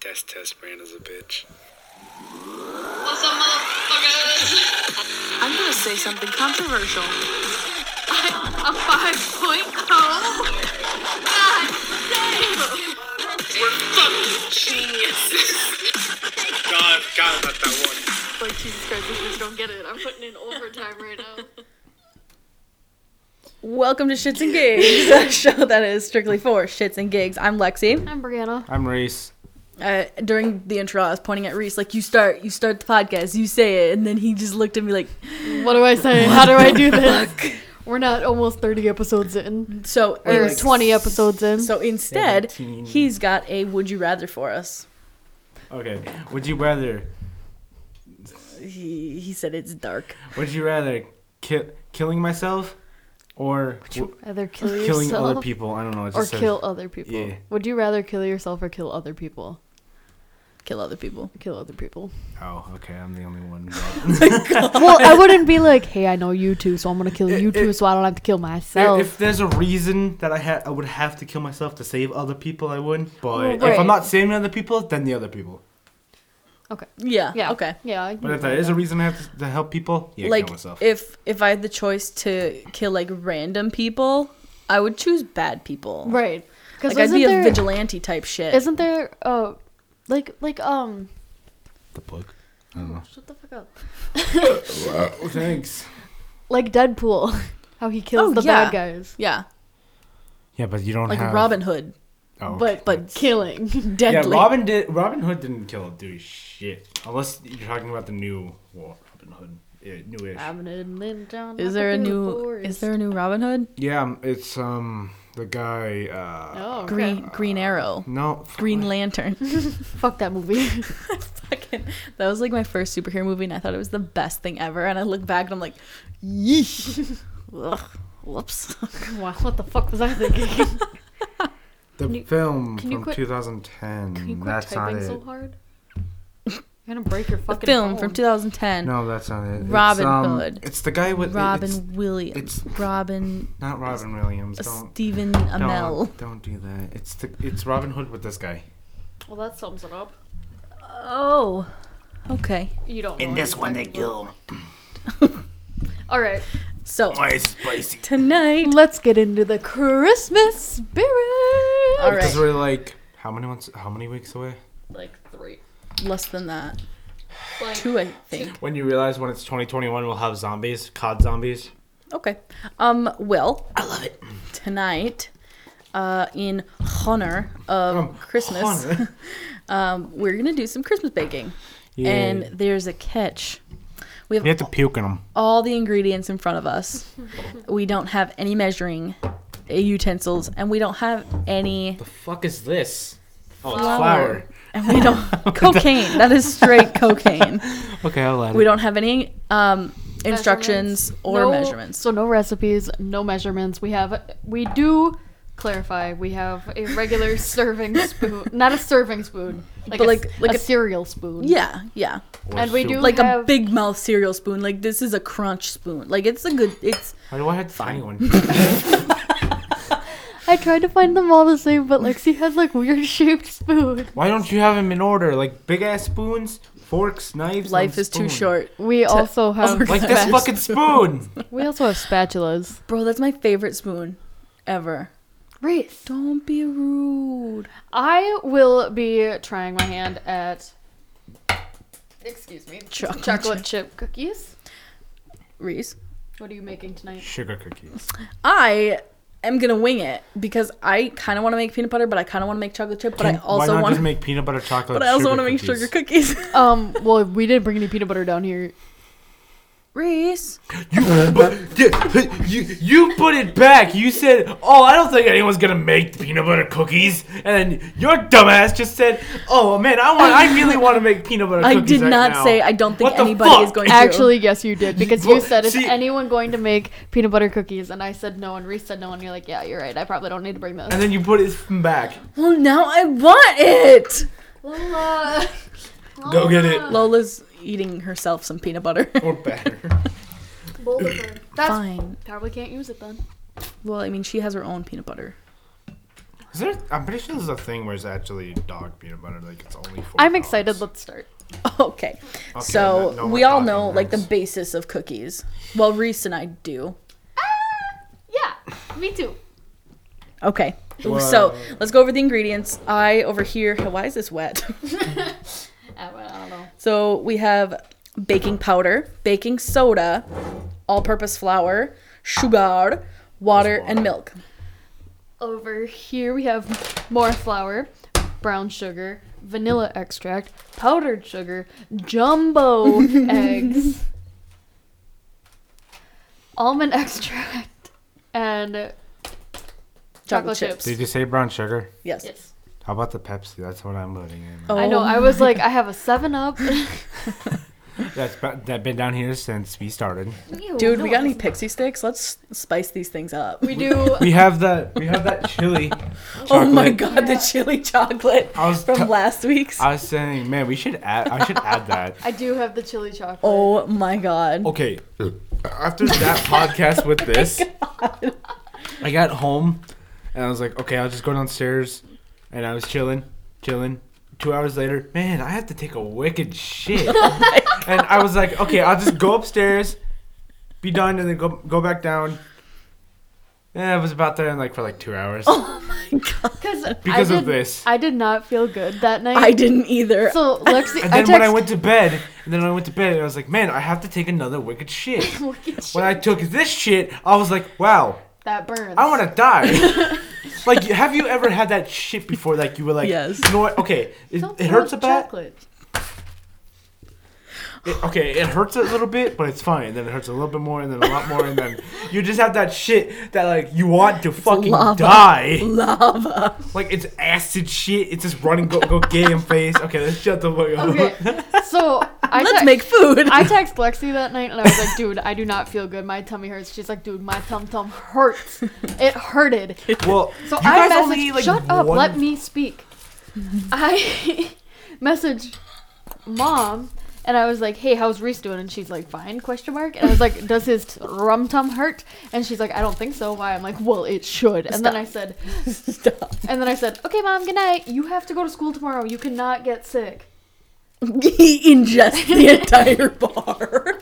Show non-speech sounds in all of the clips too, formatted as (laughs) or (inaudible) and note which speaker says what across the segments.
Speaker 1: That's test brand as a bitch.
Speaker 2: What's up, motherfuckers?
Speaker 3: I'm gonna say something controversial. a five point
Speaker 4: oh?
Speaker 3: call? God damn!
Speaker 2: We're fucking geniuses.
Speaker 1: God, God, about that one.
Speaker 3: Like, Jesus Christ, if you don't get it, I'm putting in overtime right now.
Speaker 5: Welcome to Shits and Gigs, a show that is strictly for shits and gigs. I'm Lexi.
Speaker 3: I'm Brianna.
Speaker 6: I'm Reese.
Speaker 5: Uh, during the intro, I was pointing at Reese like, "You start, you start the podcast, you say it," and then he just looked at me like,
Speaker 4: What do I say? How do I do this? We're not almost 30 episodes in,
Speaker 5: "So,
Speaker 4: or
Speaker 5: in-
Speaker 4: 20 episodes in.
Speaker 5: so instead,
Speaker 6: 17.
Speaker 5: he's got a would you rather for us."
Speaker 6: Okay. Would you rather?
Speaker 5: He he said it's dark.
Speaker 6: Would you rather ki- killing myself or w-
Speaker 4: Either kill yourself
Speaker 6: killing other people? I don't know. It
Speaker 4: or
Speaker 6: just says-
Speaker 4: kill other people.
Speaker 6: Yeah.
Speaker 4: Would you rather kill yourself or kill other people?
Speaker 5: Kill other people.
Speaker 4: Kill other people.
Speaker 6: Oh, okay. I'm the only one. If-
Speaker 4: (laughs) well, (laughs) I wouldn't be like, hey, I know you two, so I'm gonna kill you two, so I don't have to kill myself.
Speaker 6: if there's a reason that I had, I would have to kill myself to save other people. I would. But
Speaker 4: Well,
Speaker 6: if
Speaker 4: right.
Speaker 6: I'm not saving other people, then the other people.
Speaker 5: Yeah.
Speaker 4: yeah.
Speaker 5: Okay.
Speaker 4: Yeah. I can
Speaker 6: But if
Speaker 4: do
Speaker 6: there
Speaker 4: that.
Speaker 6: is a reason I have to, to help people, yeah,
Speaker 5: like
Speaker 6: kill myself.
Speaker 5: if if I had the choice to kill like random people, I would choose bad people.
Speaker 4: right, because
Speaker 5: Like I'd be a
Speaker 4: there,
Speaker 5: vigilante type shit.
Speaker 4: Isn't there? Uh, like like um.
Speaker 6: the book. I don't know.
Speaker 4: Shut the fuck
Speaker 6: (laughs)
Speaker 4: up. (laughs)
Speaker 6: thanks.
Speaker 4: Like Deadpool, (laughs) how he kills
Speaker 5: Oh,
Speaker 4: the
Speaker 5: yeah.
Speaker 4: bad guys,
Speaker 5: yeah.
Speaker 6: Yeah, but you don't
Speaker 5: Like
Speaker 6: have
Speaker 5: Robin Hood.
Speaker 6: Oh,
Speaker 4: but but killing (laughs)
Speaker 6: Yeah,
Speaker 4: deadly.
Speaker 6: Robin did. Robin Hood didn't kill do shit. Unless you're talking about the new war, Robin Hood, yeah, newish.
Speaker 4: Um,
Speaker 5: Is there a new is there a new Robin Hood?
Speaker 6: yeah, um, it's um the guy. Uh,
Speaker 4: Oh,
Speaker 5: Green Green Arrow.
Speaker 6: No,
Speaker 5: Green Lantern. (laughs)
Speaker 4: Fuck that movie. (laughs)
Speaker 5: Fucking that was like my first superhero movie and I thought it was the best thing ever and I look back and I'm like, yeesh. (laughs) Ugh, (laughs) whoops.
Speaker 4: wow, what the fuck was I
Speaker 5: (laughs)
Speaker 4: thinking?
Speaker 6: the
Speaker 4: you-
Speaker 6: film
Speaker 4: can you
Speaker 6: from
Speaker 4: quit-
Speaker 6: 2010.
Speaker 4: Can you quit
Speaker 6: that's not
Speaker 4: typing
Speaker 6: it.
Speaker 4: so hard? You're gonna break your
Speaker 5: The
Speaker 4: fucking
Speaker 5: film from
Speaker 4: phone.
Speaker 5: 2010.
Speaker 6: No, that's not it. It's,
Speaker 5: Robin
Speaker 6: um,
Speaker 5: Hood.
Speaker 6: It's the guy with it-
Speaker 5: Robin
Speaker 6: It's
Speaker 5: Williams.
Speaker 6: it's-
Speaker 5: Robin uh,
Speaker 6: not Robin Williams. Don't.
Speaker 5: Stephen
Speaker 6: Don't,
Speaker 5: Amell.
Speaker 6: don't do that. It's the it's Robin Hood with this guy.
Speaker 4: Well, that sums it up.
Speaker 5: Oh. Okay.
Speaker 4: You don't.
Speaker 6: In
Speaker 4: know
Speaker 6: this
Speaker 4: what
Speaker 6: one,
Speaker 4: you're
Speaker 6: they
Speaker 4: talking
Speaker 6: kill
Speaker 4: about. (laughs) All right,
Speaker 5: So
Speaker 6: my spicy.
Speaker 5: tonight
Speaker 4: let's get into the Christmas spirit.
Speaker 5: All right.
Speaker 6: Because we're like, how many months? How many weeks away?
Speaker 4: Like three.
Speaker 5: less than that.
Speaker 4: Like,
Speaker 5: Two I think.
Speaker 6: When you realize when it's 2021, we'll have zombies, COD zombies.
Speaker 5: Okay. Um well I love it. Tonight, uh in honor of
Speaker 6: Um,
Speaker 5: Christmas. (laughs) um, we're gonna do some Christmas baking, and there's a catch. We have
Speaker 6: you have to puke in them.
Speaker 5: all the ingredients in front of (laughs) us. we don't have any measuring utensils, and we don't have any.
Speaker 6: The fuck is this? Oh, it's
Speaker 5: Flour.
Speaker 6: flour.
Speaker 5: And (laughs) we don't cocaine. That is straight cocaine.
Speaker 6: Okay, I'll let
Speaker 5: We don't have any um, instructions or
Speaker 4: No-
Speaker 5: measurements.
Speaker 4: So no recipes, no measurements. We have we do clarify. We have a (laughs) regular serving spoon, not a serving spoon, like
Speaker 5: But
Speaker 4: a,
Speaker 5: like-
Speaker 4: like,
Speaker 5: like
Speaker 4: a,
Speaker 5: a-
Speaker 4: cereal spoon.
Speaker 5: yeah, yeah.
Speaker 4: and we do
Speaker 5: Like a
Speaker 4: have-
Speaker 5: big mouth cereal spoon. Like this is a crunch spoon. Like it's a good. It's
Speaker 6: Why do I have to find one?
Speaker 4: I tried to find them all the same, but Lexi has like weird shaped spoon.
Speaker 6: (laughs) Why don't you have them in order? Like big ass spoons, forks, knives.
Speaker 5: life
Speaker 6: and
Speaker 5: is too
Speaker 6: spoon.
Speaker 5: short,
Speaker 4: We (laughs) also have
Speaker 5: organize. (laughs)
Speaker 6: Like this fucking spoon.
Speaker 4: we also have spatulas.
Speaker 5: bro. That's my favorite spoon, ever.
Speaker 4: Reese,
Speaker 5: Don't be rude.
Speaker 4: I will be trying my hand at. Excuse me.
Speaker 5: Chocolate
Speaker 4: chocolate chip cookies.
Speaker 5: Reese.
Speaker 4: What are you making tonight?
Speaker 6: Sugar cookies.
Speaker 5: I am gonna wing it because I kind of want to make peanut butter, but I kind of want to make chocolate chip, but I
Speaker 6: Why
Speaker 5: also
Speaker 6: not
Speaker 5: want,
Speaker 6: just make peanut butter
Speaker 5: (laughs)
Speaker 6: chocolate?
Speaker 5: but I also
Speaker 6: sugar
Speaker 5: want to make
Speaker 6: cookies?
Speaker 5: sugar cookies.
Speaker 6: (laughs)
Speaker 5: Uh,
Speaker 4: Um. Well, we didn't bring any peanut butter down here.
Speaker 5: Reese,
Speaker 6: You, but, yeah, you, you put it back. You said, "Oh, I don't think anyone's gonna make peanut butter cookies," and then your dumbass just said, "Oh man, I want. I really want to make peanut butter."
Speaker 5: I
Speaker 6: cookies
Speaker 5: did
Speaker 6: right
Speaker 5: not
Speaker 6: now."
Speaker 5: say I don't think
Speaker 6: What the
Speaker 5: anybody is
Speaker 6: fuck? (laughs)
Speaker 5: going to.
Speaker 4: Actually, yes, you did because you
Speaker 6: Well,
Speaker 4: said, "Is
Speaker 6: see-
Speaker 4: anyone going to make peanut butter cookies?" And I said no, and Reese said no, and you're like, "Yeah, you're right. I probably don't need to bring
Speaker 6: And
Speaker 4: those."
Speaker 6: then you put it back.
Speaker 5: well, now I want it.
Speaker 4: Lola.
Speaker 6: Go get it.
Speaker 5: Lola's eating herself some peanut
Speaker 6: (laughs)
Speaker 5: butter.
Speaker 6: Or better.
Speaker 4: That's
Speaker 5: Fine.
Speaker 4: probably can't use it then.
Speaker 5: Well, I mean, she has her own peanut butter.
Speaker 6: Is there? I'm pretty sure there's a thing where it's actually dog peanut butter. Like it's only for.
Speaker 4: I'm
Speaker 6: dogs.
Speaker 4: excited. Let's start.
Speaker 5: (laughs) Okay. so
Speaker 6: no- no
Speaker 5: we
Speaker 6: more
Speaker 5: all
Speaker 6: talking
Speaker 5: know like the
Speaker 6: names.
Speaker 5: basis of cookies. Well, Reese and I do.
Speaker 4: Ah, Yeah, me too.
Speaker 5: Okay. So let's go over the ingredients. I over here. Why is this wet? (laughs)
Speaker 4: I don't- I don't know.
Speaker 5: so we have baking powder, baking soda, all-purpose flour, sugar, water, and milk.
Speaker 4: Over here we have more flour, brown sugar, vanilla extract, powdered sugar,
Speaker 5: (laughs)
Speaker 4: jumbo eggs, almond extract, and Chocolate chips.
Speaker 6: Did you say brown sugar?
Speaker 5: Yes.
Speaker 4: yes.
Speaker 6: How about the Pepsi? That's what I'm loading in.
Speaker 5: Oh,
Speaker 4: I know. I was like, I have a Seven
Speaker 5: (laughs)
Speaker 4: Up. (laughs)
Speaker 6: That's ba- that been down here since we started.
Speaker 5: dude, we got any pixie sticks? Let's spice these things up.
Speaker 4: We do.
Speaker 6: We have that. We have that chili.
Speaker 5: (laughs) Oh my
Speaker 6: (laughs) chocolate.
Speaker 5: god, the chili chocolate
Speaker 6: I was
Speaker 5: from
Speaker 6: t-
Speaker 5: last week's.
Speaker 6: I was saying, man, we should add. (laughs) I should add that.
Speaker 4: I do have the chili chocolate.
Speaker 5: oh my god.
Speaker 6: Okay. (laughs) After that podcast
Speaker 4: (laughs) Oh
Speaker 6: with this, I got home and I was like, okay, I'll just go downstairs. And I was chilling, chilling. Two hours later, man, I have to take a wicked shit.
Speaker 4: (laughs) Oh
Speaker 6: (laughs) and I was like, okay, I'll just go upstairs, be done, and then go go back down. And I was about there in like for like two hours
Speaker 4: Oh,
Speaker 5: Oh
Speaker 4: Because
Speaker 6: because
Speaker 4: I
Speaker 6: of
Speaker 4: did-
Speaker 6: this.
Speaker 4: I did not feel good that night.
Speaker 5: I didn't either.
Speaker 4: so Lexi,
Speaker 6: and
Speaker 4: I
Speaker 6: then
Speaker 4: text,
Speaker 6: when
Speaker 4: (laughs)
Speaker 6: I went to bed, and then when I went to bed, I was like, man, I have to take another wicked shit. when I took this shit, I was like, wow,
Speaker 4: that burns.
Speaker 6: I want to die.
Speaker 4: (laughs)
Speaker 6: like, have you ever had that shit before? Like, you were like,
Speaker 5: Yes.
Speaker 6: You know what? Okay, it,
Speaker 4: Don't
Speaker 6: it
Speaker 4: throw
Speaker 6: hurts a bit.
Speaker 4: Chocolate.
Speaker 6: It- okay, it hurts a little bit, but it's fine. And then it hurts a little bit more, and then a lot more, and then you just have that shit that like you want to fucking
Speaker 5: lava.
Speaker 6: die.
Speaker 5: Lava.
Speaker 6: Like it's acid shit. It's just running go go gay in face. Okay, let's shut the fuck up. (laughs)
Speaker 4: Okay, so I
Speaker 5: Let's
Speaker 4: te-
Speaker 5: make food.
Speaker 4: I text Lexi that night and I was like, dude, I do not feel good. My tummy hurts. She's like, dude, my tum tum hurts. It
Speaker 6: (laughs)
Speaker 4: hurted.
Speaker 6: Well,
Speaker 4: So
Speaker 6: you
Speaker 4: I
Speaker 6: guys only
Speaker 4: messaged,
Speaker 6: eat like
Speaker 4: shut up,
Speaker 6: one-
Speaker 4: let me
Speaker 6: (laughs)
Speaker 4: speak. I (laughs) messaged mom and I was like, hey, how's Reese doing? And she's like, fine, question mark. And I was like, does his rum tum hurt? And she's like, I don't think so. Why? I'm like, well, it should. And then I said,
Speaker 5: (laughs) Stop.
Speaker 4: and then I said, okay, mom, good night. You have to go to school tomorrow. You cannot get sick.
Speaker 5: (laughs) he ingests the entire bar.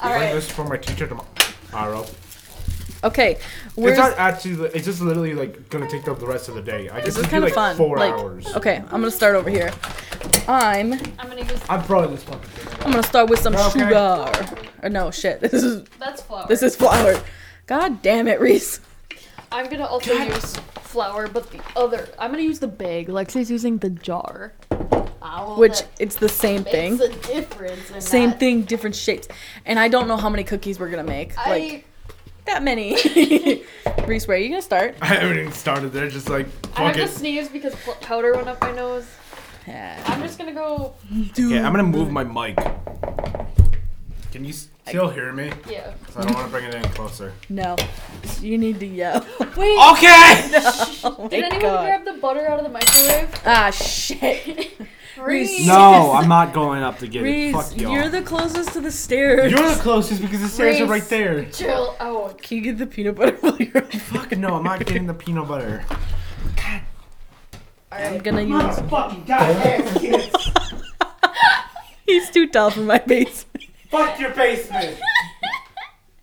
Speaker 6: I learned this from my teacher tomorrow.
Speaker 5: Okay, we're
Speaker 6: It's not actually. It's just literally like gonna take up the rest of the day. I
Speaker 5: this
Speaker 6: just
Speaker 5: is
Speaker 6: do,
Speaker 5: kind of
Speaker 6: like
Speaker 5: fun.
Speaker 6: four
Speaker 5: like,
Speaker 6: hours.
Speaker 5: okay, I'm gonna start over here. I'm I'm
Speaker 4: I'm gonna use
Speaker 6: I'm probably this fucking.
Speaker 5: gonna start with some
Speaker 6: Okay.
Speaker 5: sugar. Or no, shit. (laughs) This is
Speaker 4: that's flour.
Speaker 5: this is flour. God damn it, Reese.
Speaker 4: I'm gonna also use flour, but the other. I'm gonna use the bag. Lexi's using the jar.
Speaker 5: Which it's the same
Speaker 4: makes
Speaker 5: thing.
Speaker 4: a difference. in
Speaker 5: Same
Speaker 4: that.
Speaker 5: thing, different shapes. And I don't know how many cookies we're gonna make.
Speaker 4: I,
Speaker 5: Like that many. (laughs) Reese, where are you gonna start?
Speaker 6: (laughs) I haven't even started. They're just like
Speaker 4: I have
Speaker 6: fuck
Speaker 4: to
Speaker 6: it.
Speaker 4: sneeze because pl- powder went up my nose.
Speaker 5: Yeah.
Speaker 4: I'm just gonna go.
Speaker 6: Okay, I'm gonna move my mic. Can you still hear me?
Speaker 4: Yeah.
Speaker 6: I don't want to bring it in closer.
Speaker 5: No. You need to yell. (laughs)
Speaker 4: Wait.
Speaker 6: Okay.
Speaker 5: Oh
Speaker 4: did
Speaker 5: my
Speaker 4: anyone
Speaker 5: God.
Speaker 4: grab the butter out of the microwave? (laughs)
Speaker 5: Ah shit.
Speaker 4: Reese.
Speaker 6: No, I'm not going up to get it.
Speaker 5: Reese,
Speaker 6: Fuck y'all.
Speaker 5: you're the closest to the stairs.
Speaker 6: You're the closest because the stairs are
Speaker 4: Reese.
Speaker 6: right there.
Speaker 4: Chill Oh, out.
Speaker 5: (laughs) Can you get the peanut butter (laughs) while you're on fire?
Speaker 6: Fuck no, I'm not getting the peanut butter.
Speaker 5: I'm gonna use.
Speaker 6: Fucking goddamn kids.
Speaker 5: He's too tall for my basement.
Speaker 6: Fuck your basement.
Speaker 4: (laughs)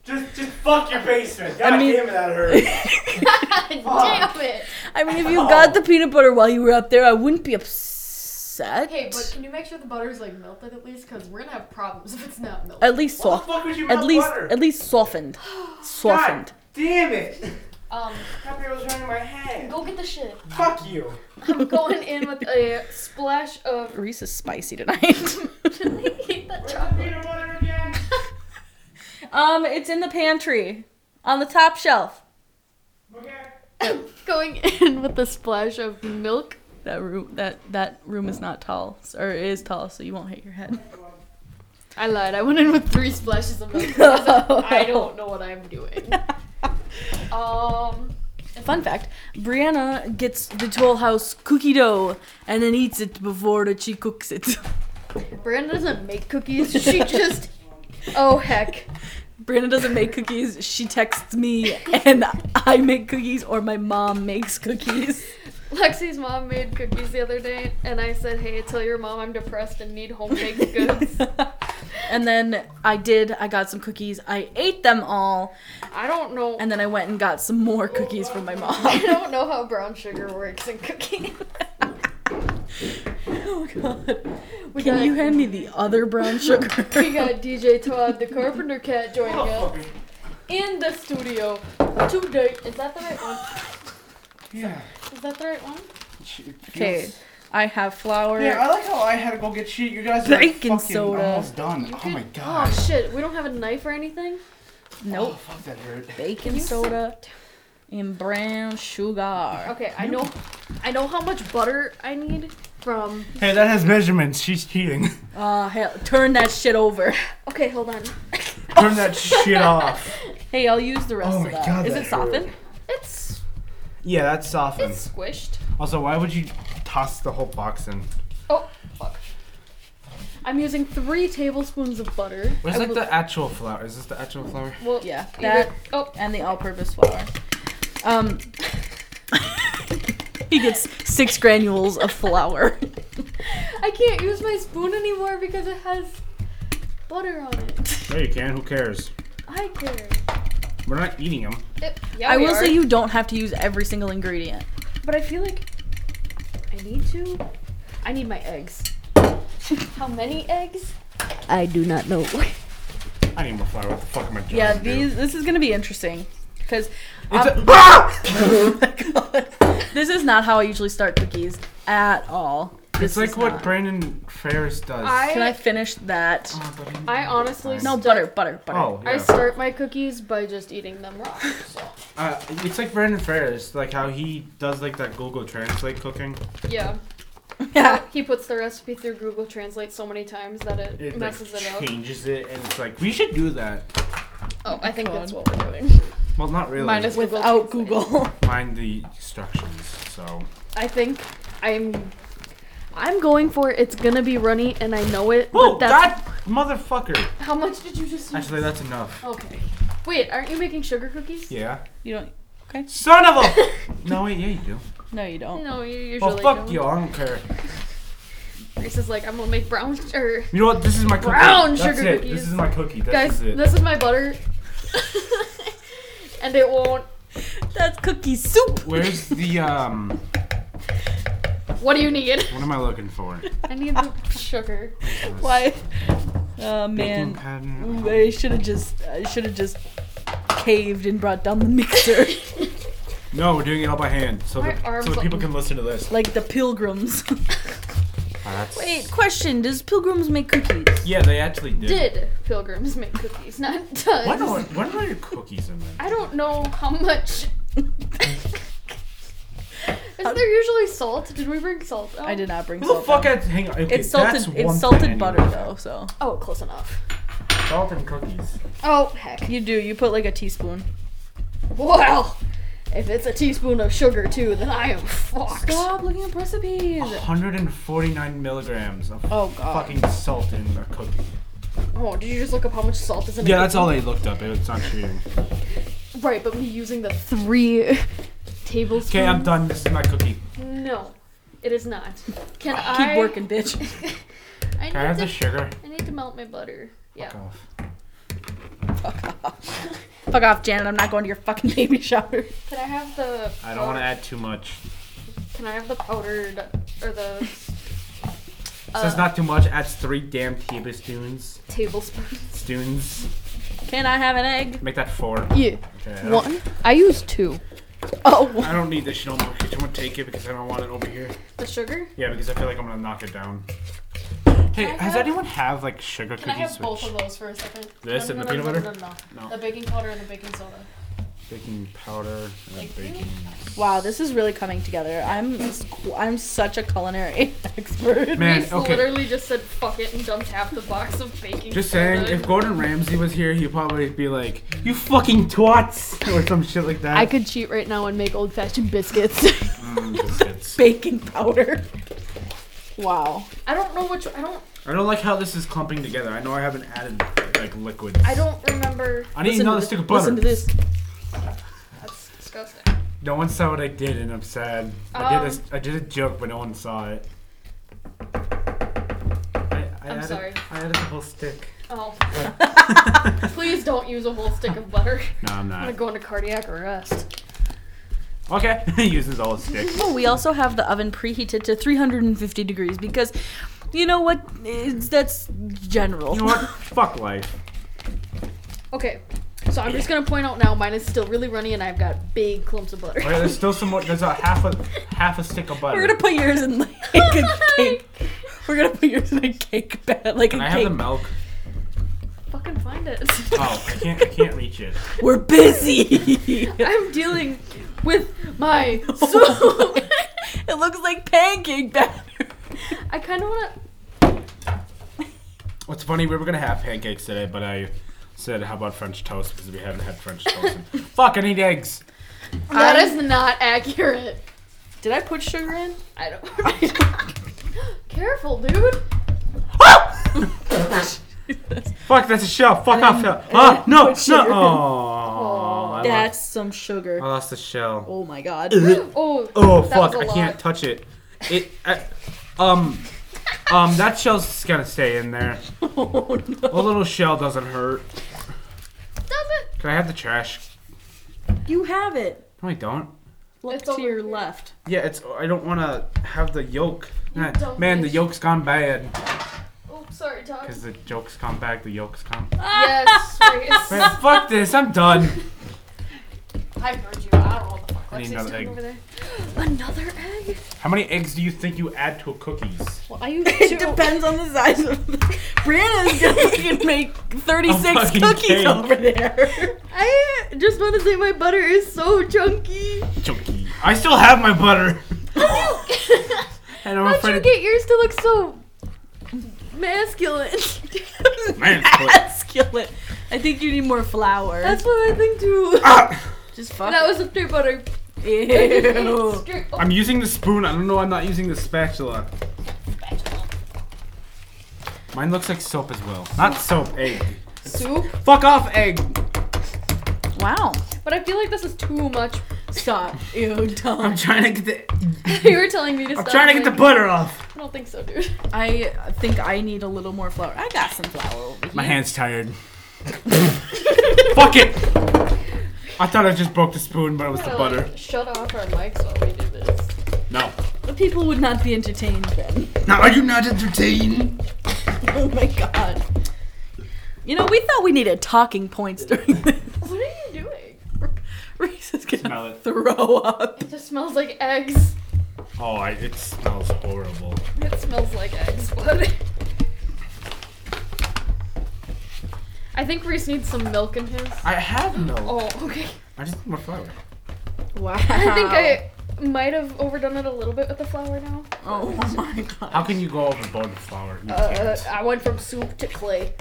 Speaker 6: Just, just fuck your basement. God
Speaker 5: mean-
Speaker 6: damn it,
Speaker 5: (laughs)
Speaker 6: that hurt.
Speaker 4: (laughs) Damn it.
Speaker 5: I mean, if you got the peanut butter while you were up there, I wouldn't be upset.
Speaker 4: Hey, but can you make sure the butter's like melted at least? Cause we're gonna have problems if it's not melted.
Speaker 5: at least
Speaker 6: What the
Speaker 5: soft.
Speaker 6: fuck would you
Speaker 5: At
Speaker 6: melt
Speaker 5: least,
Speaker 6: butter?
Speaker 5: at least softened. Softened.
Speaker 6: (gasps) God damn it.
Speaker 4: Um,
Speaker 6: Copy was running my head.
Speaker 4: go get the shit.
Speaker 6: Fuck you.
Speaker 4: I'm going in with a splash (laughs) of.
Speaker 5: Reese is spicy tonight. (laughs)
Speaker 4: Eat that chocolate.
Speaker 6: Peanut butter again.
Speaker 5: um, it's in the pantry, on the top shelf.
Speaker 6: Okay.
Speaker 4: going (laughs) in with a splash of milk.
Speaker 5: That room, that that room is not tall, or it is tall, so you won't hit your (laughs) head.
Speaker 4: I lied. I went in with three splashes of (laughs) milk. because I don't know what I'm doing. Um,
Speaker 5: Fun fact: Brianna gets the Toll House cookie dough and then eats it before that she cooks it. (laughs)
Speaker 4: Brianna doesn't make cookies. She just. Oh heck.
Speaker 5: Brianna doesn't make cookies. She texts me, (laughs) and I make cookies, or my mom makes cookies. (laughs)
Speaker 4: Lexi's mom made cookies the other day, and I said, "Hey, tell your mom I'm depressed and need home (laughs) baked goods."
Speaker 5: and then I did. I got some cookies. I ate them all,
Speaker 4: I don't know.
Speaker 5: and then I went and got some more cookies from my
Speaker 4: I
Speaker 5: mom.
Speaker 4: don't know how brown sugar works in (laughs) cooking.
Speaker 5: (laughs) oh God! Can you hand me the other (laughs) brown sugar?
Speaker 4: we got DJ Todd, the Carpenter Cat, joining
Speaker 6: (laughs)
Speaker 4: us in the studio today. Is that the right one?
Speaker 6: Yeah.
Speaker 4: Is that the right one?
Speaker 5: okay, I have flour.
Speaker 6: Yeah, I like how I had to go get shit. You guys are
Speaker 5: Baking
Speaker 6: fucking
Speaker 5: soda.
Speaker 6: almost done. oh
Speaker 4: Good-
Speaker 6: my god.
Speaker 4: Oh shit! We don't have a knife or anything.
Speaker 6: Oh,
Speaker 5: Nope.
Speaker 6: fuck that hurt.
Speaker 5: Baking soda and brown sugar.
Speaker 4: Okay, I know, I know how much butter I need from.
Speaker 6: Hey, that has measurements. She's cheating. (laughs)
Speaker 5: Uh, hell, turn that shit over. (laughs)
Speaker 4: Okay, hold on.
Speaker 6: Turn that shit off.
Speaker 5: Hey, I'll use the rest
Speaker 6: Oh
Speaker 5: of
Speaker 6: my
Speaker 5: that. Is
Speaker 6: God, that
Speaker 5: it softened?
Speaker 4: It's
Speaker 6: Yeah, that's softened.
Speaker 4: it's squished.
Speaker 6: Also, why would you toss the whole box in?
Speaker 4: Oh fuck! I'm using three tablespoons of butter.
Speaker 6: Where's
Speaker 4: I
Speaker 6: like
Speaker 4: will-
Speaker 6: the actual flour? Is this the actual flour?
Speaker 4: Well,
Speaker 5: Yeah,
Speaker 4: either-
Speaker 5: that
Speaker 4: Oh,
Speaker 5: and the all-purpose flour. Um, (laughs) he gets six granules of flour.
Speaker 4: I can't use my spoon anymore because it has butter on it.
Speaker 6: No, you can. Who cares?
Speaker 4: I care.
Speaker 6: We're not eating them.
Speaker 4: It, yeah,
Speaker 5: (laughs) I
Speaker 4: we
Speaker 5: will
Speaker 4: are,
Speaker 5: say you don't have to use every single ingredient.
Speaker 4: but I feel like I need to. I need my eggs. (laughs) How many eggs? I do not know.
Speaker 6: I need more flour. What the fuck am I doing?
Speaker 5: Yeah, these. This is gonna be interesting
Speaker 6: (laughs)
Speaker 5: because
Speaker 6: It's
Speaker 4: (laughs)
Speaker 6: a- Ah! Oh
Speaker 5: this is not how I usually start cookies at all.
Speaker 6: It's
Speaker 5: This
Speaker 6: like
Speaker 5: is
Speaker 6: what
Speaker 5: not.
Speaker 6: Brandon Ferris does.
Speaker 5: Can I
Speaker 4: I
Speaker 5: finish that?
Speaker 4: I honestly
Speaker 5: No
Speaker 4: st-
Speaker 5: butter, butter, butter.
Speaker 6: Oh, yeah.
Speaker 4: I start my cookies by just eating them raw. (laughs) So
Speaker 6: Uh, it's like Brandon Ferris, like how he does like that Google Translate cooking.
Speaker 4: yeah,
Speaker 5: (laughs)
Speaker 4: (laughs)
Speaker 5: Yeah.
Speaker 4: he puts the recipe through Google Translate so many times that it,
Speaker 6: It like,
Speaker 4: messes it up.
Speaker 6: changes it, and it's like we should do that.
Speaker 4: Oh, I think that's what we're doing.
Speaker 6: Well, not really.
Speaker 4: Minus Google
Speaker 5: Without
Speaker 4: Translate.
Speaker 5: Google.
Speaker 6: Mind the instructions. So
Speaker 4: I think I'm. I'm going for it's gonna be runny, and I know it.
Speaker 6: oh,
Speaker 4: but that's,
Speaker 6: that motherfucker!
Speaker 4: How much did you just? Use?
Speaker 6: Actually, that's
Speaker 4: (laughs)
Speaker 6: enough.
Speaker 4: Okay. Wait, aren't you making sugar cookies? (laughs)
Speaker 6: Yeah.
Speaker 5: You don't.
Speaker 6: Son of a. no wait, yeah you do.
Speaker 5: No, you don't.
Speaker 4: No, you usually.
Speaker 6: Well, Oh, fuck
Speaker 4: don't.
Speaker 6: you. I don't care.
Speaker 4: Grace is like, I'm gonna make brown sugar.
Speaker 6: You know what? This is my cookie.
Speaker 4: Brown
Speaker 6: That's
Speaker 4: sugar
Speaker 6: it.
Speaker 4: cookies.
Speaker 6: This is my cookie. This
Speaker 4: Guys,
Speaker 6: is it.
Speaker 4: this is my (laughs) butter. and it won't.
Speaker 5: That's cookie soup.
Speaker 6: Where's the um?
Speaker 4: What do you
Speaker 6: (laughs)
Speaker 4: need?
Speaker 6: What am I looking for?
Speaker 4: I need the sugar.
Speaker 5: Why? Oh
Speaker 6: Baking
Speaker 5: man,
Speaker 6: pattern.
Speaker 5: I should have just, I should have just caved and brought down the
Speaker 6: (laughs)
Speaker 5: mixer
Speaker 6: No, we're doing it all by hand, so
Speaker 4: My
Speaker 6: that
Speaker 4: arm's
Speaker 6: so that people
Speaker 4: up.
Speaker 6: can listen to this.
Speaker 5: like the pilgrims.
Speaker 6: Ah, that's-
Speaker 5: Wait, question: Does pilgrims make cookies?
Speaker 6: Yeah, they actually did.
Speaker 4: Did pilgrims make cookies? Not does.
Speaker 6: What are, what are your cookies in there?
Speaker 4: I don't know how much. Is there usually salt? Did we bring salt? Oh.
Speaker 5: I did not bring
Speaker 6: Who the
Speaker 5: salt.
Speaker 6: fuck
Speaker 5: though.
Speaker 6: had hang on? Okay,
Speaker 5: It's
Speaker 6: that's
Speaker 5: salted.
Speaker 6: one
Speaker 5: It's salted
Speaker 6: thing I
Speaker 5: butter
Speaker 6: need.
Speaker 5: though, so
Speaker 4: Oh, close enough.
Speaker 6: Salt and cookies.
Speaker 4: Oh heck.
Speaker 5: you do. You put like a teaspoon.
Speaker 4: Well, if it's a teaspoon of sugar too, then I am fucked.
Speaker 5: Stop looking up recipes.
Speaker 6: 149 milligrams of
Speaker 5: Oh god.
Speaker 6: fucking salt in a cookie.
Speaker 4: Oh, did you just look up how much salt is in? a
Speaker 6: Yeah, that's
Speaker 4: cookie?
Speaker 6: all they looked up. It's not cheating.
Speaker 4: Right, but me using the three tablespoons.
Speaker 6: Okay, I'm done. This is my cookie.
Speaker 4: No, it is not. Can I
Speaker 5: Keep working, bitch.
Speaker 6: (laughs)
Speaker 4: I
Speaker 6: Can I have
Speaker 4: need
Speaker 6: the
Speaker 4: to.
Speaker 6: sugar?
Speaker 4: I need to melt my butter. Yeah.
Speaker 6: Fuck off.
Speaker 5: Fuck off, Janet. I'm not going to your fucking baby shower.
Speaker 4: Can I have the?
Speaker 6: I don't want
Speaker 4: powder-
Speaker 6: to add too much.
Speaker 4: Can I have the powdered or the
Speaker 6: Says
Speaker 4: Uh,
Speaker 6: not too much. Adds three damn tablespoons.
Speaker 4: tablespoons?
Speaker 6: Spoons.
Speaker 5: (laughs) Can I have an egg?
Speaker 6: Make that four.
Speaker 4: Yeah.
Speaker 6: Okay. I don't-
Speaker 4: One. I use two.
Speaker 5: Oh.
Speaker 6: I don't need this shit on my kitchen. I'm gonna take it because I don't want it over here.
Speaker 4: The sugar?
Speaker 6: Yeah, because I feel like I'm gonna knock it down. Hey,
Speaker 4: I
Speaker 6: has
Speaker 4: have-
Speaker 6: anyone have like sugar
Speaker 4: Can I
Speaker 6: cookies?
Speaker 4: have both
Speaker 6: with
Speaker 4: of those for a second?
Speaker 6: This
Speaker 4: No,
Speaker 6: and
Speaker 4: no,
Speaker 6: the
Speaker 4: no, no,
Speaker 6: peanut butter?
Speaker 4: No, no, no.
Speaker 6: No.
Speaker 4: The baking powder and the baking soda.
Speaker 6: Baking powder and baking.
Speaker 5: Wow, this is really coming together. I'm I'm such a culinary (laughs) expert.
Speaker 6: Man,
Speaker 4: Reese
Speaker 6: okay.
Speaker 4: literally just said fuck it and dumped half the box of baking
Speaker 6: Just
Speaker 4: soda.
Speaker 6: saying, if Gordon Ramsay was here, he'd probably be like, "You fucking twats," (laughs) or some shit like that.
Speaker 4: I could cheat right now and make old fashioned biscuits. (laughs)
Speaker 6: Mm, biscuits.
Speaker 5: Baking powder. Wow.
Speaker 4: I don't know which I don't
Speaker 6: I don't like how this is clumping together. I know I haven't added. anything. like liquid.
Speaker 7: I don't remember.
Speaker 6: I need another
Speaker 5: to
Speaker 6: stick of
Speaker 5: this-
Speaker 6: butter.
Speaker 5: Listen to this.
Speaker 7: That's disgusting.
Speaker 6: No one saw what I did, and I'm sad. I did
Speaker 7: Um,
Speaker 6: a I did a joke, but no one saw it. I, I
Speaker 7: I'm
Speaker 6: added,
Speaker 7: sorry.
Speaker 6: I added the whole stick. (laughs)
Speaker 4: Oh. Please don't use a whole stick of
Speaker 6: (laughs)
Speaker 4: butter.
Speaker 6: No, I'm
Speaker 4: I'm gonna
Speaker 6: not.
Speaker 4: go into cardiac arrest.
Speaker 6: Okay, (laughs) he uses all the stick.
Speaker 5: Oh, we also have the oven preheated to 350 degrees because, you know what? It's, that's general.
Speaker 6: You know what? Fuck life.
Speaker 4: Okay. So I'm just gonna point out now, mine is still really runny, and I've got big clumps of butter. (laughs)
Speaker 6: Wait, there's still some more. There's a half a half a stick of butter.
Speaker 5: We're gonna put yours in like a
Speaker 6: (laughs)
Speaker 5: cake. We're gonna put yours in a cake bed, like a
Speaker 6: Can I have
Speaker 5: cake.
Speaker 6: the milk?
Speaker 4: Fucking find it. (laughs)
Speaker 6: Oh, I can't. I can't reach it.
Speaker 5: We're busy.
Speaker 6: (laughs)
Speaker 4: I'm dealing with my
Speaker 5: Oh
Speaker 4: soup.
Speaker 5: (laughs) it looks like pancake batter.
Speaker 4: I kind of want to.
Speaker 6: What's funny? We were gonna have pancakes today, but I said, "How about French toast?" Because we haven't had French toast. in- Fuck! I need eggs.
Speaker 4: That is not accurate.
Speaker 5: Did I put sugar in?
Speaker 4: I
Speaker 6: (laughs)
Speaker 4: don't. Careful, dude.
Speaker 6: Fuck! That's a shell. Fuck off! Shell.
Speaker 4: (laughs)
Speaker 6: Ah, no, no. Oh, I lost-
Speaker 5: That's some sugar.
Speaker 6: I lost the shell.
Speaker 5: Oh my god.
Speaker 4: Oh.
Speaker 6: Oh
Speaker 4: that
Speaker 6: fuck!
Speaker 4: was
Speaker 6: I
Speaker 4: a
Speaker 6: can't
Speaker 4: lot.
Speaker 6: touch it. It. I, um. Um. That shell's just gonna stay
Speaker 4: (laughs)
Speaker 6: in there.
Speaker 5: Oh
Speaker 6: A
Speaker 5: no.
Speaker 6: little shell doesn't hurt.
Speaker 4: Does it?
Speaker 6: Can I have the trash?
Speaker 5: You have it.
Speaker 6: No, I don't.
Speaker 5: Look
Speaker 4: It's
Speaker 5: to
Speaker 4: over
Speaker 5: your
Speaker 4: here.
Speaker 5: left.
Speaker 6: Yeah, it's. I don't want to have the yolk. Man,
Speaker 4: don't
Speaker 6: man, the
Speaker 4: wish-
Speaker 6: yolk's gone bad.
Speaker 4: Oh, sorry, Ah. Todd.
Speaker 6: Cause the joke's gone back. The yolk's
Speaker 4: (laughs)
Speaker 6: gone.
Speaker 4: Yes, Grace.
Speaker 6: Man, fuck this. I'm done.
Speaker 4: I heard you. I don't know what the fuck.
Speaker 6: I need
Speaker 4: Lexi's
Speaker 6: another
Speaker 4: doing
Speaker 6: egg.
Speaker 4: over there. Another egg?
Speaker 6: How many eggs do you think you add to cookies?
Speaker 4: Well, (laughs) I use
Speaker 5: It depends on the size
Speaker 4: (laughs)
Speaker 5: of the. Brianna's gonna fucking make 36
Speaker 6: fucking
Speaker 5: cookies
Speaker 6: cake.
Speaker 5: over there.
Speaker 4: I just want to say my butter is so
Speaker 6: (laughs)
Speaker 4: chunky.
Speaker 6: Chunky. I still have my butter. (laughs) and I'm
Speaker 4: How'd you
Speaker 6: afraid. (laughs)
Speaker 4: get yours to look so masculine? (laughs)
Speaker 5: (laughs)
Speaker 6: Man,
Speaker 5: Skillet. I think you need more flour.
Speaker 4: That's what I think too.
Speaker 6: Ah!
Speaker 5: Just
Speaker 4: (laughs)
Speaker 5: fuck.
Speaker 4: That was a peanut butter.
Speaker 5: Ew.
Speaker 4: Straight-
Speaker 6: I'm using the spoon. I don't know. I'm not using the spatula. Mine looks like soap as well. Not soap. Egg.
Speaker 4: soup.
Speaker 6: Fuck off, egg.
Speaker 5: Wow.
Speaker 4: But I feel like this is too much. (laughs)
Speaker 5: Stop. Ew, dumb.
Speaker 6: I'm trying to get the.
Speaker 4: you were telling me to
Speaker 6: I'm
Speaker 4: stop.
Speaker 6: trying to get the
Speaker 4: and
Speaker 6: butter off.
Speaker 4: I don't think so, dude.
Speaker 5: I think I need a little more flour. I got some flour over here.
Speaker 6: My hand's
Speaker 4: (laughs)
Speaker 6: tired. Fuck it. I thought I just broke the spoon, but it was the
Speaker 4: Kinda
Speaker 6: butter.
Speaker 4: like shut off our mics while we do this.
Speaker 6: No.
Speaker 5: The people would not be entertained then. (laughs)
Speaker 6: Now, are you not entertained?
Speaker 5: Oh my god. You know, we thought we needed talking points during this. (laughs)
Speaker 4: What are you doing?
Speaker 5: Reese is gonna
Speaker 6: Smell it.
Speaker 5: throw up.
Speaker 4: It just smells like eggs.
Speaker 6: Oh, I, it smells horrible.
Speaker 4: It smells like eggs, (laughs) but. I think Reese needs some milk in his.
Speaker 6: I have no.
Speaker 4: Oh, okay.
Speaker 6: I just need more flour.
Speaker 5: Wow.
Speaker 4: I think I might have overdone it a little bit with the flour now.
Speaker 6: (laughs)
Speaker 5: Oh my god.
Speaker 6: How can you go overboard with flour? You
Speaker 4: Uh,
Speaker 6: can't.
Speaker 4: I went from soup to clay.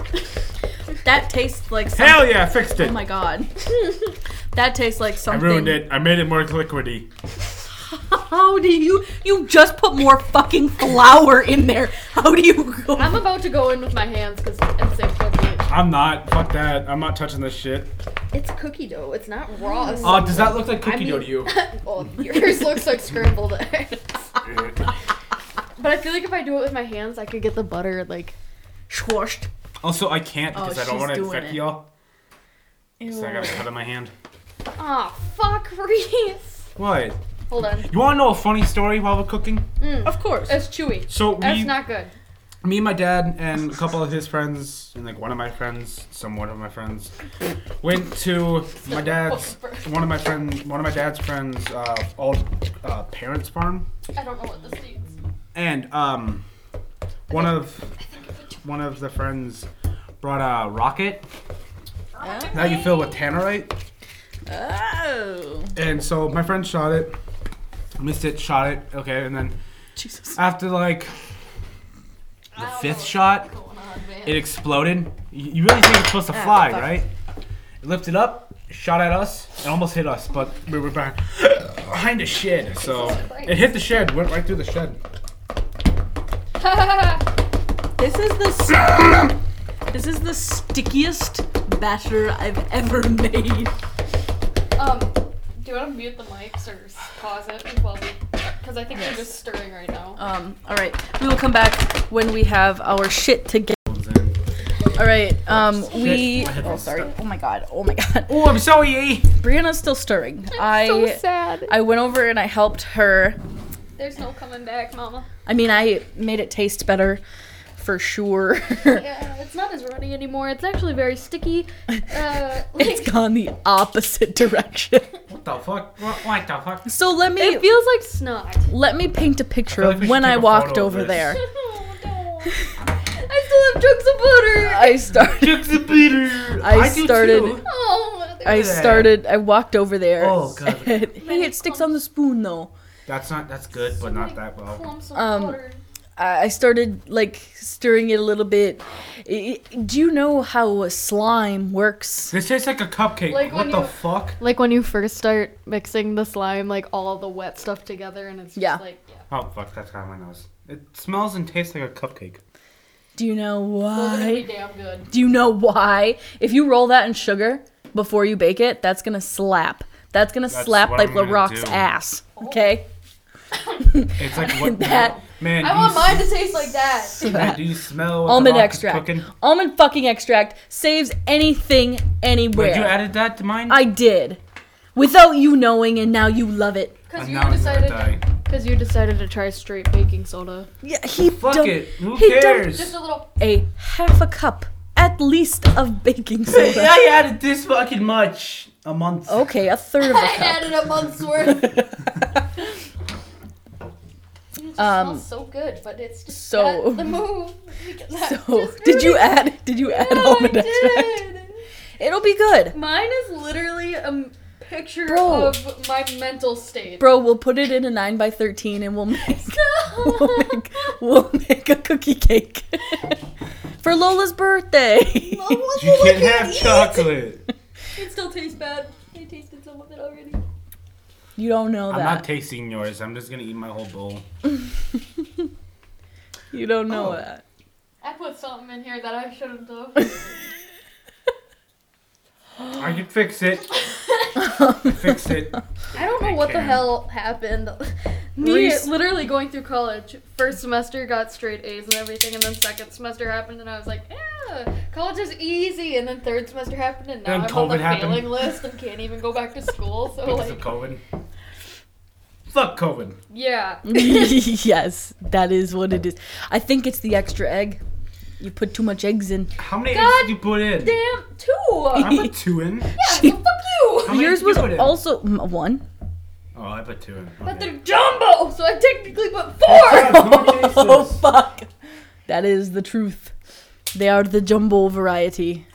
Speaker 5: That tastes like. Some-
Speaker 6: Hell yeah, I fixed it.
Speaker 5: Oh my god. (laughs) that tastes like
Speaker 6: I
Speaker 5: something.
Speaker 6: ruined it. I made it more liquidy.
Speaker 5: (laughs) How do you? You just put more fucking flour in there. How do you go?
Speaker 4: I'm about to go in with my hands because it's a cookie.
Speaker 6: I'm not. Fuck that. I'm not touching this shit.
Speaker 4: It's cookie dough. It's not raw. It's-
Speaker 6: Oh, does that look like cookie
Speaker 4: mean-
Speaker 6: dough
Speaker 5: (laughs)
Speaker 6: to you?
Speaker 4: (laughs) oh, yours looks like scrambled eggs. (laughs) But I feel like if I do it with my hands, I could get the butter like squashed.
Speaker 6: (laughs) also, I can't
Speaker 5: Oh,
Speaker 6: because I don't
Speaker 5: she's
Speaker 6: want to
Speaker 5: doing
Speaker 6: infect
Speaker 5: it.
Speaker 6: y'all. So I got a cut on my hand.
Speaker 4: Ah, fuck, Reese.
Speaker 6: What?
Speaker 4: Hold on.
Speaker 6: You want to know a funny story while we're cooking?
Speaker 5: Of course.
Speaker 4: It's chewy.
Speaker 6: So
Speaker 4: That's
Speaker 6: we,
Speaker 4: not good.
Speaker 6: me and my dad and a couple of his friends and like one of my friends somewhat of my friends went to my dad's
Speaker 5: (laughs)
Speaker 6: one of my friend one of my dad's friends uh, old uh, parents farm
Speaker 4: I don't know what this means.
Speaker 6: and um one of one of the friends brought a rocket that you fill with tannerite
Speaker 5: Oh.
Speaker 6: and so my friend shot it missed it shot it okay and then
Speaker 5: Jesus.
Speaker 6: after like the fifth shot, it exploded. You you really think it's supposed to fly,
Speaker 5: fuck.
Speaker 6: right? It lifted up, shot at us, and almost hit us, but we were behind, behind a shed. So it hit the shed, went right through the shed.
Speaker 5: This is the. s- This is the stickiest batter I've ever made.
Speaker 4: (laughs) Um, do you want to mute the mics or s- pause it while we? Because I think they're just stirring right now.
Speaker 5: Um, all right, we will come back when we have our shit together. All right, um, we. Oh, sorry. Oh my god. Oh my god.
Speaker 6: Oh, I'm sorry.
Speaker 5: Brianna's still stirring. i
Speaker 4: so sad.
Speaker 5: I went over and I helped her.
Speaker 4: There's no coming back, Mama.
Speaker 5: I mean, I made it taste better, for sure. (laughs)
Speaker 4: Yeah, it's not as runny anymore. It's actually very
Speaker 5: (laughs)
Speaker 4: sticky. Uh,
Speaker 5: it's gone the
Speaker 4: (laughs)
Speaker 5: opposite direction.
Speaker 6: What the fuck? What, what the fuck?
Speaker 5: So let me
Speaker 4: it feels like snot.
Speaker 5: let me paint a picture
Speaker 6: I feel like we
Speaker 5: of when
Speaker 6: should
Speaker 5: I
Speaker 6: take a
Speaker 5: walked
Speaker 6: photo of
Speaker 5: over
Speaker 6: this.
Speaker 5: there.
Speaker 4: Oh, no. I still have chunks of butter.
Speaker 5: I
Speaker 6: (laughs)
Speaker 5: started.
Speaker 6: Took the beater.
Speaker 5: I
Speaker 6: do
Speaker 5: started- er,
Speaker 6: too.
Speaker 4: Oh,
Speaker 5: I
Speaker 6: that.
Speaker 5: started. I walked over there.
Speaker 6: Oh, God.
Speaker 5: and- hey, it sticks on the spoon though.
Speaker 6: That's not. That's good, but not that well.
Speaker 4: clumps of
Speaker 5: Um,
Speaker 4: butter.
Speaker 5: I I started like stirring it a little bit. I- I- Do you know how a slime works?
Speaker 6: This tastes like a cupcake.
Speaker 4: Like
Speaker 6: what
Speaker 4: when
Speaker 6: the
Speaker 4: you-
Speaker 6: fuck?
Speaker 8: Like when you first start mixing the slime, like all the wet stuff together, and it's just
Speaker 5: Yeah.
Speaker 8: like yeah.
Speaker 6: Oh fuck, that's got my nose. It smells and tastes like a cupcake.
Speaker 5: Do you know
Speaker 8: Those are gonna be
Speaker 5: why?
Speaker 8: damn good.
Speaker 5: Do you know why? If you roll that in sugar before you bake it, that's gonna slap. That's gonna
Speaker 6: That's
Speaker 5: slap
Speaker 6: what
Speaker 5: like
Speaker 6: I'm gonna
Speaker 5: LaRock's
Speaker 6: do.
Speaker 5: ass. Okay? (laughs)
Speaker 6: It's like what
Speaker 5: That-
Speaker 6: man.
Speaker 4: I
Speaker 6: do
Speaker 4: want
Speaker 6: you
Speaker 4: mine to taste like that.
Speaker 6: s- Man, do you smell what
Speaker 5: Almond
Speaker 6: the rock is
Speaker 5: extract.
Speaker 6: Cooking?
Speaker 5: Almond fucking extract saves anything anywhere.
Speaker 6: Wait, you added that to mine?
Speaker 5: I did. Without you knowing, and now you love it.
Speaker 4: Because
Speaker 6: I'm
Speaker 4: you
Speaker 6: not gonna
Speaker 4: decided.
Speaker 6: die.
Speaker 8: Because you decided to try straight baking soda.
Speaker 5: Yeah, he
Speaker 6: Fuck
Speaker 5: dumped
Speaker 6: it. Who
Speaker 5: he dumped-
Speaker 6: cares? (laughs)
Speaker 4: Just a little. (laughs)
Speaker 5: a half a cup, at least, of baking soda.
Speaker 6: (laughs) I added this fucking much a month.
Speaker 5: Okay, a third of a
Speaker 4: (laughs) I
Speaker 5: cup.
Speaker 4: added a month's
Speaker 5: (laughs)
Speaker 4: worth. It just
Speaker 5: Um,
Speaker 4: smells so good, but it's just
Speaker 5: so-
Speaker 4: not the move. (laughs)
Speaker 5: (laughs) So, did you add? Did you add almond extract? It'll be good,
Speaker 4: Mine is literally a m- picture
Speaker 5: Bro.
Speaker 4: of my mental state. (laughs)
Speaker 5: bro. We'll put it in a nine by thirteen, and we'll (laughs) make we'll
Speaker 4: Oh
Speaker 5: make, we'll make a cookie cake (laughs) for Lola's birthday.
Speaker 6: You can't have chocolate.
Speaker 4: It still tastes bad. I tasted some of it already.
Speaker 5: (laughs) You don't know
Speaker 6: I'm not
Speaker 5: that.
Speaker 6: tasting yours. I'm just gonna eat my whole bowl.
Speaker 5: you don't know
Speaker 6: Oh.
Speaker 5: that.
Speaker 4: I put something in here that I shouldn't have.
Speaker 6: I can fix it.
Speaker 5: Um,
Speaker 6: fix it.
Speaker 4: (laughs) I don't know what the
Speaker 6: can.
Speaker 4: hell (laughs) happened. Me
Speaker 5: Reese-
Speaker 4: literally going through college. First semester got straight A's and everything, and then second semester happened, and I was like, yeah, college is easy. And then third semester happened, and now
Speaker 6: Then
Speaker 4: I'm on the
Speaker 6: COVID happened.
Speaker 4: failing list and can't even go back to school. So
Speaker 6: Because of
Speaker 4: like,
Speaker 6: COVID. Fuck COVID.
Speaker 4: yeah,
Speaker 5: (laughs) yes, that is what it is. I think it's the extra egg. You put too much eggs in.
Speaker 6: How many
Speaker 4: God
Speaker 6: eggs did you put in?
Speaker 4: damn, (laughs) two.
Speaker 6: I put two in.
Speaker 4: Yeah, so fuck you.
Speaker 6: How many
Speaker 5: Yours
Speaker 6: did you
Speaker 5: was
Speaker 6: put in?
Speaker 5: also mm, one.
Speaker 6: Oh, I put two in.
Speaker 4: But
Speaker 6: Okay.
Speaker 4: they're jumbo, so I technically put four.
Speaker 5: (laughs) Oh fuck! That is the truth. They are the jumbo variety.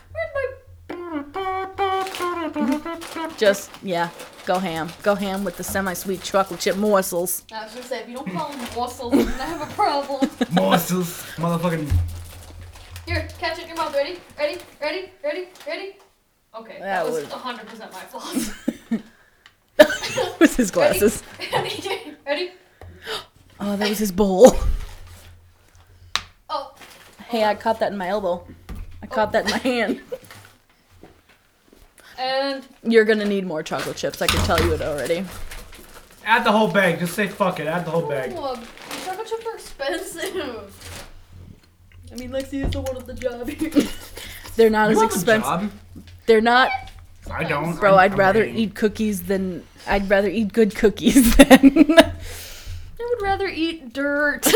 Speaker 5: Just yeah, go ham, go ham with the semi-sweet chocolate chip morsels. (laughs)
Speaker 4: I was gonna say if you don't call them morsels, then I have a problem.
Speaker 6: Morsels. Motherfucking.
Speaker 4: Here, catch it in your mouth. Ready? Ready? Ready? Ready? Ready? Okay,
Speaker 5: That
Speaker 4: that, was
Speaker 5: was-
Speaker 4: 100% my
Speaker 5: (laughs)
Speaker 4: fault.
Speaker 5: with his glasses.
Speaker 4: Ready? Ready?
Speaker 5: Oh, that was his bowl.
Speaker 4: Oh,
Speaker 5: Hey, I caught that in my elbow. I caught that in my hand.
Speaker 4: and
Speaker 5: You're gonna need more chocolate chips. I can tell you it already.
Speaker 6: Add the whole bag. Just say fuck it. Add the whole bag.
Speaker 4: oh, um, chocolate chips are (laughs) expensive. I mean, Lexi is the one with the job here.
Speaker 5: They're not
Speaker 6: You
Speaker 5: as
Speaker 6: have a
Speaker 5: expensive.
Speaker 6: job?
Speaker 5: They're not,
Speaker 6: I don't.
Speaker 5: bro.
Speaker 6: I'm-
Speaker 5: I'd
Speaker 6: I'm
Speaker 5: rather
Speaker 6: waiting.
Speaker 5: eat cookies than I'd rather eat good cookies (laughs) than.
Speaker 4: I would rather eat dirt.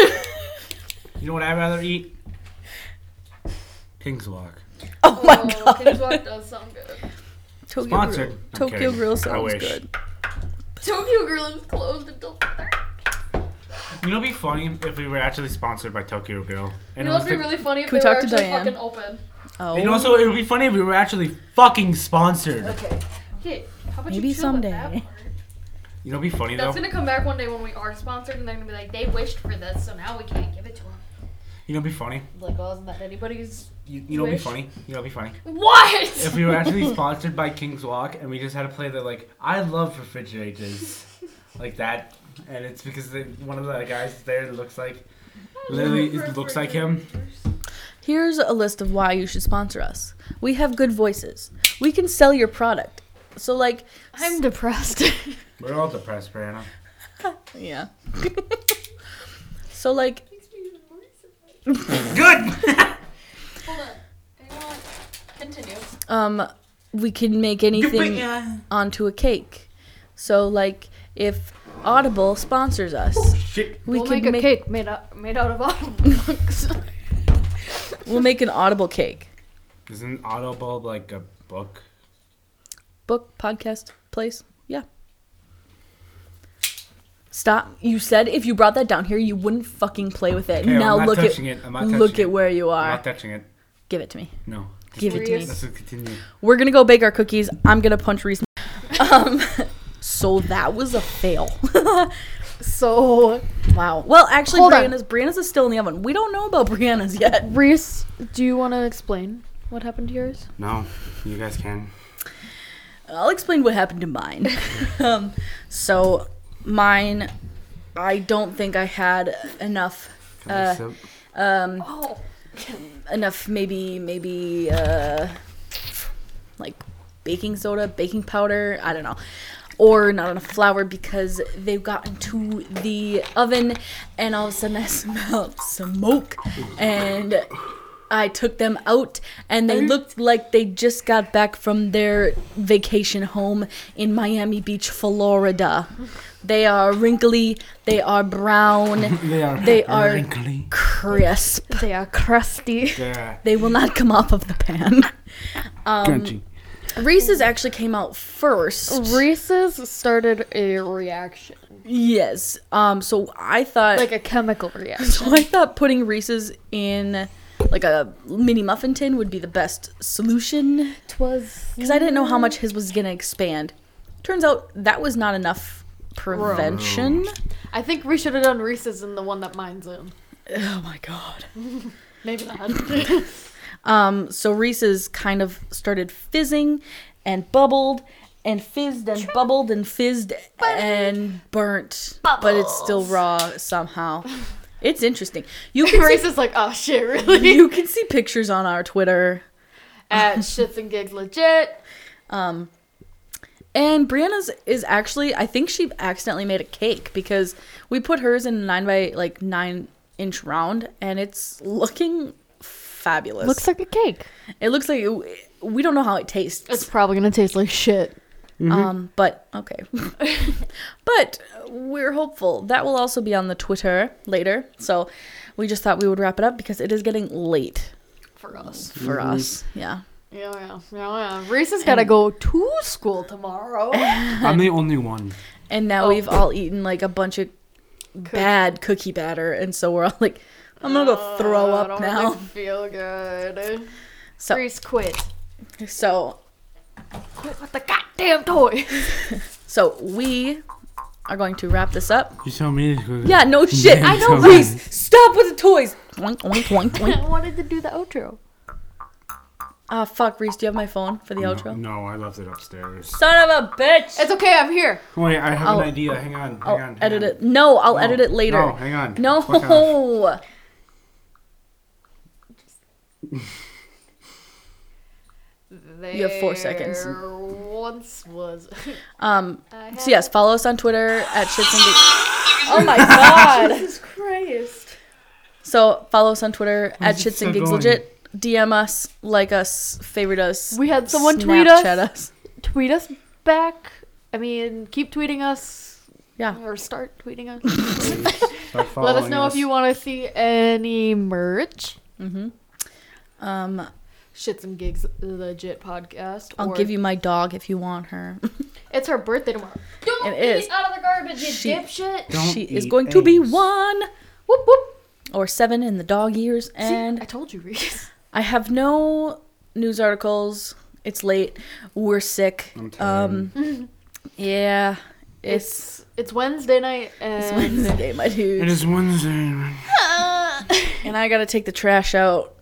Speaker 6: You know what I'd rather eat? King's Walk.
Speaker 5: (laughs) oh my god.
Speaker 4: King's Walk does sound good.
Speaker 5: Tokyo
Speaker 6: Sponsored.
Speaker 5: Grill.
Speaker 6: I'm
Speaker 5: Tokyo
Speaker 6: kidding. I
Speaker 5: Grill sounds
Speaker 6: wish.
Speaker 5: good.
Speaker 4: Tokyo Grill is closed until
Speaker 6: You know, it'd be funny if we were actually sponsored by Tokyo Grill.
Speaker 4: You
Speaker 6: And it
Speaker 4: know,
Speaker 6: was
Speaker 4: it'd be
Speaker 6: the-
Speaker 4: really funny if
Speaker 5: Can we
Speaker 4: they were
Speaker 5: talk to
Speaker 4: actually
Speaker 5: Diane?
Speaker 4: fucking open.
Speaker 5: Oh,
Speaker 6: and also, it would be funny if we were actually fucking sponsored.
Speaker 4: Okay, how about
Speaker 5: Maybe
Speaker 4: you chill with that
Speaker 5: someday.
Speaker 4: part?
Speaker 6: You know, it'd be funny though.
Speaker 4: That's gonna come back one day when we are sponsored, and they're gonna be like, they wished for this, so now we can't give it to them.
Speaker 6: You know, it'd be funny.
Speaker 4: Like, well, isn't that anybody's?
Speaker 6: You, you know, it'd be
Speaker 4: Wish.
Speaker 6: funny. You know, it'd be funny.
Speaker 4: What?
Speaker 6: If we were
Speaker 5: (laughs)
Speaker 6: actually sponsored by King's Walk and we just had to play the like, I love refrigerators, like that, and it's because the, one of the guys there looks like, literally, it looks like him.
Speaker 5: Here's a list of why you should sponsor us. We have good voices. We can sell your product. So like,
Speaker 4: I'm depressed.
Speaker 6: We're all depressed, Brianna.
Speaker 5: yeah. (laughs) so like,
Speaker 6: (laughs) Good.
Speaker 7: Continue.
Speaker 5: um, we can make anything onto a cake. So like, if Audible sponsors us,
Speaker 6: Shit.
Speaker 5: we
Speaker 4: we'll
Speaker 5: can
Speaker 4: make a cake (laughs) made out made out of (laughs) autumn books.
Speaker 5: we'll make an Audible cake.
Speaker 6: Isn't Audible like a book?
Speaker 5: book podcast place yeah stop you said if you brought that down here you wouldn't fucking play with it
Speaker 6: Okay, I'm
Speaker 5: now
Speaker 6: not
Speaker 5: look at
Speaker 6: touching it. I'm not
Speaker 5: look
Speaker 6: touching
Speaker 5: at
Speaker 6: it.
Speaker 5: where you
Speaker 6: I'm
Speaker 5: are
Speaker 6: not touching it.
Speaker 5: give it to me
Speaker 6: No. Just
Speaker 5: give it to me
Speaker 6: Let's just continue.
Speaker 5: we're gonna go bake our cookies i'm gonna punch reese um (laughs) so that was a fail (laughs)
Speaker 4: so
Speaker 5: wow well actually
Speaker 4: Hold on.
Speaker 5: brianna's brianna's is still in the oven we don't know about brianna's yet
Speaker 4: Reese, do you want to explain what happened to yours?
Speaker 6: No, you guys can.
Speaker 5: I'll explain what happened to mine. (laughs) um, so mine, I don't think I had enough. Uh,
Speaker 6: Except-
Speaker 5: um, enough maybe maybe uh, like baking soda, baking powder. I don't know. Or not enough flour because they've gotten to the oven, and all of a sudden I (laughs) smelled smoke, and I took them out, and they looked like they just got back from their vacation home in Miami Beach, Florida. They are wrinkly, they are brown, (laughs)
Speaker 6: They are.
Speaker 5: They are-
Speaker 6: wrinkly.
Speaker 5: crisp.
Speaker 4: They are crusty.
Speaker 6: They're
Speaker 5: They will not come off of the pan. um,
Speaker 6: crunchy.
Speaker 5: Reese's actually came out first.
Speaker 4: Reese's started a reaction,
Speaker 5: yes. Um. So I thought,
Speaker 4: like a chemical reaction.
Speaker 5: (laughs) so I thought putting Reese's in like a mini muffin tin would be the best solution
Speaker 4: Twas
Speaker 5: because I didn't know how much his was gonna expand. Turns out that was not enough prevention.
Speaker 4: I think we should have done Reese's in the one that mine's in.
Speaker 5: Oh my god.
Speaker 4: Maybe (laughs) not.
Speaker 5: Um. So Reese's kind of started fizzing, and bubbled. And fizzed and bubbled and fizzed and burnt, but it's still raw (laughs) somehow. It's interesting. You can see
Speaker 4: Reese is like, oh shit, (laughs) really?
Speaker 5: you can see pictures on our Twitter.
Speaker 4: At shits and gigs legit.
Speaker 5: Um, and Brianna's is actually, I think she accidentally made a cake because we put hers in a nine by like nine inch round, and it's looking fabulous.
Speaker 4: Looks like a cake.
Speaker 5: it looks like it, we don't know how it tastes.
Speaker 4: It's probably gonna taste like shit.
Speaker 5: Um, but okay, (laughs) but we're hopeful that will also be on the Twitter later. So we just thought we would wrap it up because it is getting late
Speaker 4: For us.
Speaker 5: for us. Yeah.
Speaker 4: Yeah, yeah, yeah, yeah. Reese has gotta go to school (laughs) tomorrow.
Speaker 6: I'm the only one.
Speaker 5: And
Speaker 4: Oh.
Speaker 5: now we've all eaten like a bunch of bad cookie batter, and so we're all like, I'm gonna go throw
Speaker 4: Oh, I
Speaker 5: up
Speaker 4: don't
Speaker 5: now. (laughs)
Speaker 4: really feel good.
Speaker 5: So-
Speaker 4: Reese quit.
Speaker 5: So,
Speaker 4: Quit with the goddamn toy.
Speaker 5: so we are going to wrap this up.
Speaker 6: You told me. to-
Speaker 5: Yeah,
Speaker 6: (laughs)
Speaker 5: no shit.
Speaker 6: Yeah,
Speaker 5: I know.
Speaker 6: totally.
Speaker 5: Reese, stop with the toys. Oink, oink, oink,
Speaker 4: (laughs) (laughs)
Speaker 5: oink.
Speaker 4: I wanted to do the outro.
Speaker 5: Ah, fuck, Reese. Do you have my phone for the outro?
Speaker 6: No, I left it upstairs.
Speaker 5: Son of a bitch.
Speaker 4: It's okay, I'm here.
Speaker 6: Wait, I have
Speaker 5: I'll-
Speaker 6: an idea. Hang on. Hang
Speaker 5: I'll
Speaker 6: on. hang
Speaker 5: edit
Speaker 6: on.
Speaker 5: it. No, I'll edit it later.
Speaker 6: No, hang on.
Speaker 5: (laughs)
Speaker 6: Fuck off.
Speaker 5: No. You have four seconds.
Speaker 4: There Once was. (laughs)
Speaker 5: Um.
Speaker 4: I
Speaker 5: So yes, follow us on Twitter at shits and gigs.
Speaker 4: (laughs)
Speaker 2: Oh
Speaker 5: Oh my (laughs) god.
Speaker 4: Jesus Christ.
Speaker 5: So follow us on Twitter at
Speaker 6: is it
Speaker 5: Shits and
Speaker 6: so
Speaker 5: Gigs
Speaker 6: going?
Speaker 5: Legit. DM us, like us, favorite us.
Speaker 4: We had someone tweet us.
Speaker 5: Snapchat us.
Speaker 4: Tweet us back. I mean, keep tweeting us.
Speaker 5: Yeah.
Speaker 4: Or start tweeting us.
Speaker 6: Start
Speaker 4: Let us
Speaker 6: following
Speaker 4: know if you want to see any merch.
Speaker 5: Mm-hmm. Um,
Speaker 4: Shits and gigs, legit podcast.
Speaker 5: I'll
Speaker 4: or-
Speaker 5: give you my dog if you want her.
Speaker 4: It's her birthday tomorrow.
Speaker 7: Don't
Speaker 5: It
Speaker 7: eat
Speaker 5: is.
Speaker 7: out of the garbage, you
Speaker 5: She-
Speaker 7: dipshit.
Speaker 6: Don't
Speaker 5: (laughs) she is
Speaker 6: eat
Speaker 5: going to be
Speaker 6: eggs.
Speaker 5: one
Speaker 4: Whoop whoop.
Speaker 5: or seven in the dog years.
Speaker 4: See,
Speaker 5: And
Speaker 4: I told you, Reese.
Speaker 5: I have no news articles. It's late. We're sick.
Speaker 6: I'm tired.
Speaker 5: Um, (laughs) yeah, it's,
Speaker 4: It's it's Wednesday night
Speaker 5: it's
Speaker 4: and
Speaker 5: (laughs) Wednesday, my
Speaker 6: It
Speaker 5: dude.
Speaker 6: is Wednesday.
Speaker 5: And I gotta take the trash out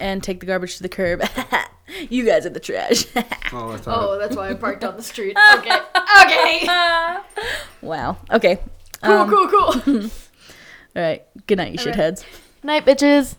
Speaker 5: and take the garbage to the curb. (laughs) you guys are the trash. (laughs)
Speaker 6: Oh, I thought.
Speaker 4: oh, that's why I parked on the street.
Speaker 5: Ah!
Speaker 4: Okay.
Speaker 7: Okay.
Speaker 5: wow. Okay.
Speaker 4: Cool,
Speaker 5: Um,
Speaker 4: cool, cool.
Speaker 5: All right. Good night, you shitheads.
Speaker 4: Night, bitches.